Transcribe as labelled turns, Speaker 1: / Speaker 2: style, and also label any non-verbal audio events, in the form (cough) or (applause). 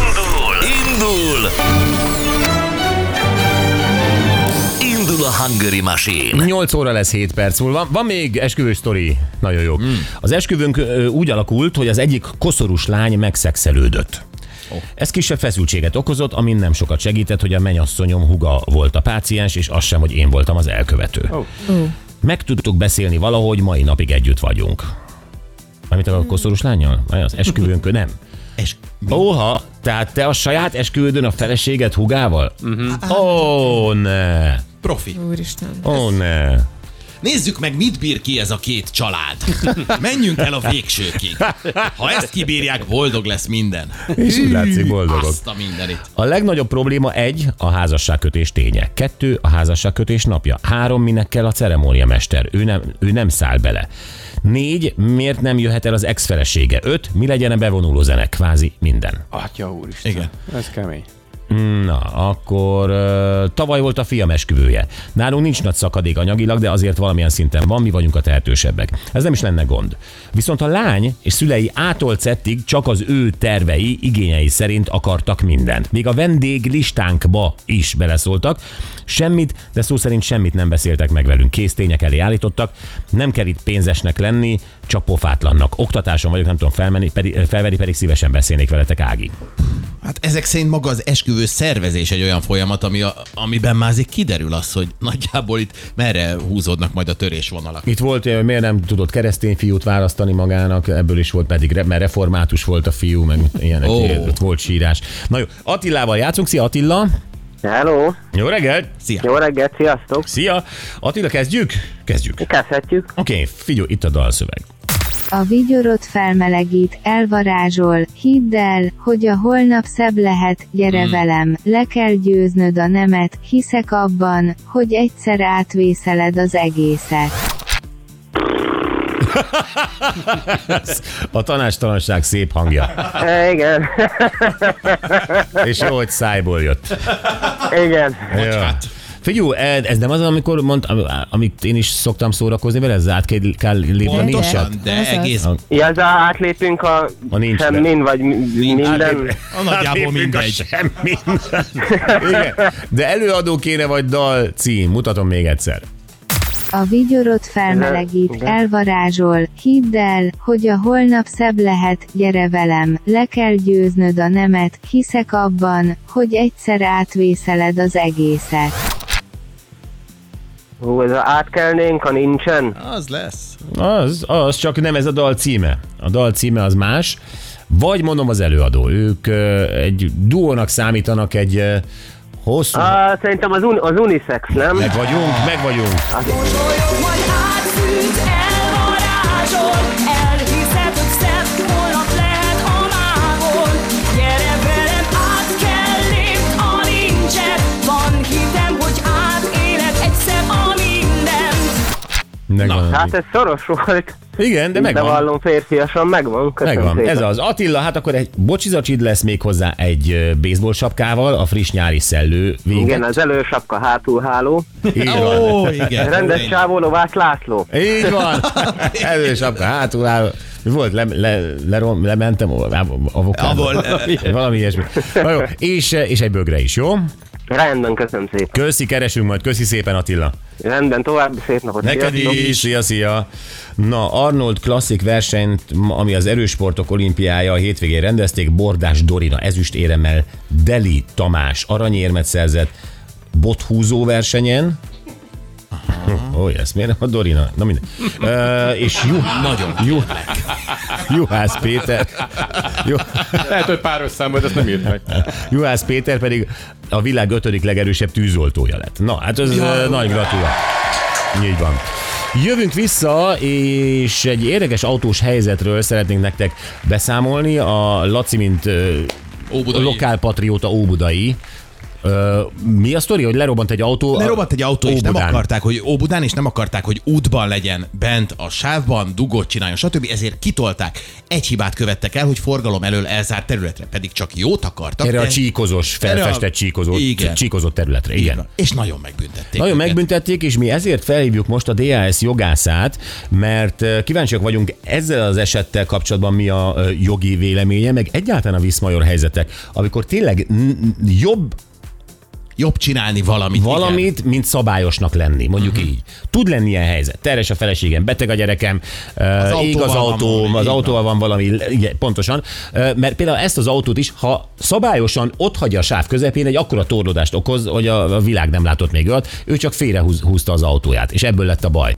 Speaker 1: Indul! Indul! Indul a Hungary Machine.
Speaker 2: 8 óra lesz 7 perc múlva. Van még esküvő sztori. Nagyon jó. Mm. Az esküvőnk ö, úgy alakult, hogy az egyik koszorús lány megszexelődött. Oh. Ez kisebb feszültséget okozott, amin nem sokat segített, hogy a menyasszonyom huga volt a páciens, és az sem, hogy én voltam az elkövető. Oh. Meg tudtuk beszélni valahogy, mai napig együtt vagyunk. Amit a koszorús lányjal? Vagy Az esküvőnkön nem.
Speaker 3: És
Speaker 2: Óha, tehát te a saját esküvődön a feleséged hugával? Ó, mm-hmm. oh, ne!
Speaker 3: profi.
Speaker 4: Úristen.
Speaker 2: Ó, oh, ne!
Speaker 3: Nézzük meg, mit bír ki ez a két család. (laughs) Menjünk el a végsőkig. Ha ezt kibírják, boldog lesz minden.
Speaker 2: És úgy látszik boldogok.
Speaker 3: Azt a mindenit.
Speaker 2: A legnagyobb probléma egy, a házasságkötés ténye. Kettő, a házasságkötés napja. Három, minek kell a ceremóniamester. Ő nem, ő nem száll bele. Négy, miért nem jöhet el az ex-felesége? Öt, mi legyen a bevonuló zene? Kvázi minden.
Speaker 5: Atya úristen.
Speaker 3: Igen.
Speaker 5: Ez kemény.
Speaker 2: Na, akkor ö, tavaly volt a fiam esküvője. Nálunk nincs nagy szakadék anyagilag, de azért valamilyen szinten van, mi vagyunk a tehetősebbek. Ez nem is lenne gond. Viszont a lány és szülei ától cettig csak az ő tervei, igényei szerint akartak mindent. Még a vendég listánkba is beleszóltak. Semmit, de szó szerint semmit nem beszéltek meg velünk. Kész tények elé állítottak. Nem kell itt pénzesnek lenni, csak pofátlannak. Oktatáson vagyok, nem tudom felmenni, pedig, felvenni, pedig szívesen beszélnék veletek, Ági.
Speaker 3: Hát ezek szerint maga az esküvő szervezés egy olyan folyamat, ami a, amiben már azért kiderül az, hogy nagyjából itt merre húzódnak majd a törésvonalak.
Speaker 2: Itt volt, hogy miért nem tudott keresztény fiút választani magának, ebből is volt pedig, re- mert református volt a fiú, meg ilyenek,
Speaker 3: Ó.
Speaker 2: oh. ott volt sírás. Na jó, Attilával játszunk, szia Attila!
Speaker 6: Hello!
Speaker 2: Jó reggelt!
Speaker 3: Szia!
Speaker 6: Jó reggelt, sziasztok!
Speaker 2: Szia! Attila, kezdjük? Kezdjük. (laughs)
Speaker 6: Kezdhetjük.
Speaker 2: Oké, okay, figyelj, itt a dalszöveg.
Speaker 7: A vigyorot felmelegít, elvarázsol, hidd el, hogy a holnap szebb lehet, gyere velem, le kell győznöd a nemet, hiszek abban, hogy egyszer átvészeled az egészet.
Speaker 2: A tanástalanság szép hangja.
Speaker 6: E, igen, (laughs)
Speaker 2: És jó, hogy szájból jött.
Speaker 6: igen.
Speaker 2: Ja.
Speaker 3: Hát,
Speaker 2: Figyú, ez nem az, amikor mond, amit én is szoktam szórakozni vele, ez át kell- kell lépni
Speaker 4: Pontosan.
Speaker 2: is?
Speaker 3: pontosan, de
Speaker 4: Azaz.
Speaker 3: egész
Speaker 6: Ja, ez a átlépünk a,
Speaker 2: A nincs
Speaker 6: semmin, vagy mi- minden.
Speaker 3: a nagyjából
Speaker 2: Átlépünk Hát a
Speaker 3: mindegy.
Speaker 2: semmi. Igen. De előadó kéne, vagy dal cím. Mutatom még egyszer.
Speaker 7: A vigyorot felmelegít,
Speaker 6: Igen.
Speaker 7: elvarázsol, hidd el, hogy a holnap szebb lehet, gyere velem, le kell győznöd a nemet, hiszek abban, hogy egyszer átvészeled az egészet.
Speaker 6: Hú, ez a átkelnénk, a nincsen.
Speaker 3: Az lesz.
Speaker 2: Az, az, csak nem ez a dal címe. A dal címe az más. Vagy mondom az előadó. Ők ö, egy duónak számítanak, egy ö, hosszú...
Speaker 6: Ah, szerintem az, un, az unisex, nem?
Speaker 2: Meg vagyunk, meg vagyunk.
Speaker 8: Mosolyog, majd átszűnt, elvarázsol Elhiszed, hogy szebb holnap lehet a mámol Gyere velem, át kell lépd a nincset Van hitem, hogy átéled egyszer a mindent
Speaker 2: Megvan.
Speaker 6: Hát ez szoros volt,
Speaker 2: Igen, de
Speaker 6: de
Speaker 2: megvan.
Speaker 6: vallom férfiasan, megvan. Köszönöm
Speaker 2: Megvan,
Speaker 6: szépen.
Speaker 2: ez az. Attila, hát akkor egy bocsizacsid lesz még hozzá egy ö, baseball sapkával, a friss nyári szellő
Speaker 6: Igen,
Speaker 2: véget.
Speaker 6: az elősapka,
Speaker 2: (laughs)
Speaker 6: hátulháló.
Speaker 2: Így van.
Speaker 3: Ó, igen.
Speaker 6: Rendes csávó, lovász László.
Speaker 2: Így van. Elősapka, hátul áll. Mi volt? Le, le, lerom, lementem? Avokádó.
Speaker 3: Avol-
Speaker 2: Valami ilyesmi. Na jó. És, és egy bögre is, jó?
Speaker 6: Rendben, köszönöm szépen.
Speaker 2: Köszi, keresünk majd. Köszi szépen, Attila.
Speaker 6: Rendben, további szép napot.
Speaker 2: Neked
Speaker 6: Sziasztok.
Speaker 2: is. Szia, szia. Na, Arnold klasszik versenyt, ami az erősportok olimpiája a hétvégén rendezték, Bordás Dorina ezüstéremmel, Deli Tamás aranyérmet szerzett, bothúzó versenyen, Ó, oh, ez miért nem a Dorina? Na minden. Uh, és Juh,
Speaker 3: Nagyon.
Speaker 2: Juh, Juhász Péter. Juh,
Speaker 5: Lehet, hogy páros szám volt, ezt nem írt meg.
Speaker 2: Juhász Péter pedig a világ ötödik legerősebb tűzoltója lett. Na, hát ez Jaj, nagy gratula. Így van. Jövünk vissza, és egy érdekes autós helyzetről szeretnénk nektek beszámolni. A Laci, mint ö,
Speaker 3: Óbudai.
Speaker 2: lokálpatrióta óbudai, Ö, mi a sztori, hogy lerobbant egy autó?
Speaker 3: Lerobbant egy autó, és nem
Speaker 2: Óbudán.
Speaker 3: akarták, hogy Óbudán, és nem akarták, hogy útban legyen bent a sávban, dugót csináljon, stb. Ezért kitolták. Egy hibát követtek el, hogy forgalom elől elzárt területre, pedig csak jót akartak.
Speaker 2: Erre
Speaker 3: de-
Speaker 2: a csíkozós,
Speaker 3: Erre a-
Speaker 2: felfestett csíkozó,
Speaker 3: Igen.
Speaker 2: csíkozott területre.
Speaker 3: Így
Speaker 2: Igen.
Speaker 3: van. És nagyon megbüntették.
Speaker 2: Nagyon
Speaker 3: őket.
Speaker 2: megbüntették, és mi ezért felhívjuk most a DAS jogászát, mert eh, kíváncsiak vagyunk ezzel az esettel kapcsolatban mi a eh, jogi véleménye, meg egyáltalán a viszmajor helyzetek, amikor tényleg n- n- jobb
Speaker 3: Jobb csinálni valamit. igen. Mhm.
Speaker 2: valamit, mint szabályosnak lenni, mondjuk így. Tud lenni ilyen helyzet. Terhes a feleségem, beteg a gyerekem, az
Speaker 3: autóval
Speaker 2: ég az
Speaker 3: van valami,
Speaker 2: autóm, az
Speaker 3: így
Speaker 2: autóval van valami, igen, pontosan. Eh, Mert például ezt az autót is, ha szabályosan ott hagyja a sáv közepén, egy akkora torlódást okoz, hogy a a világ nem látott még olyat, ő csak félrehúzta az autóját, és ebből lett a baj.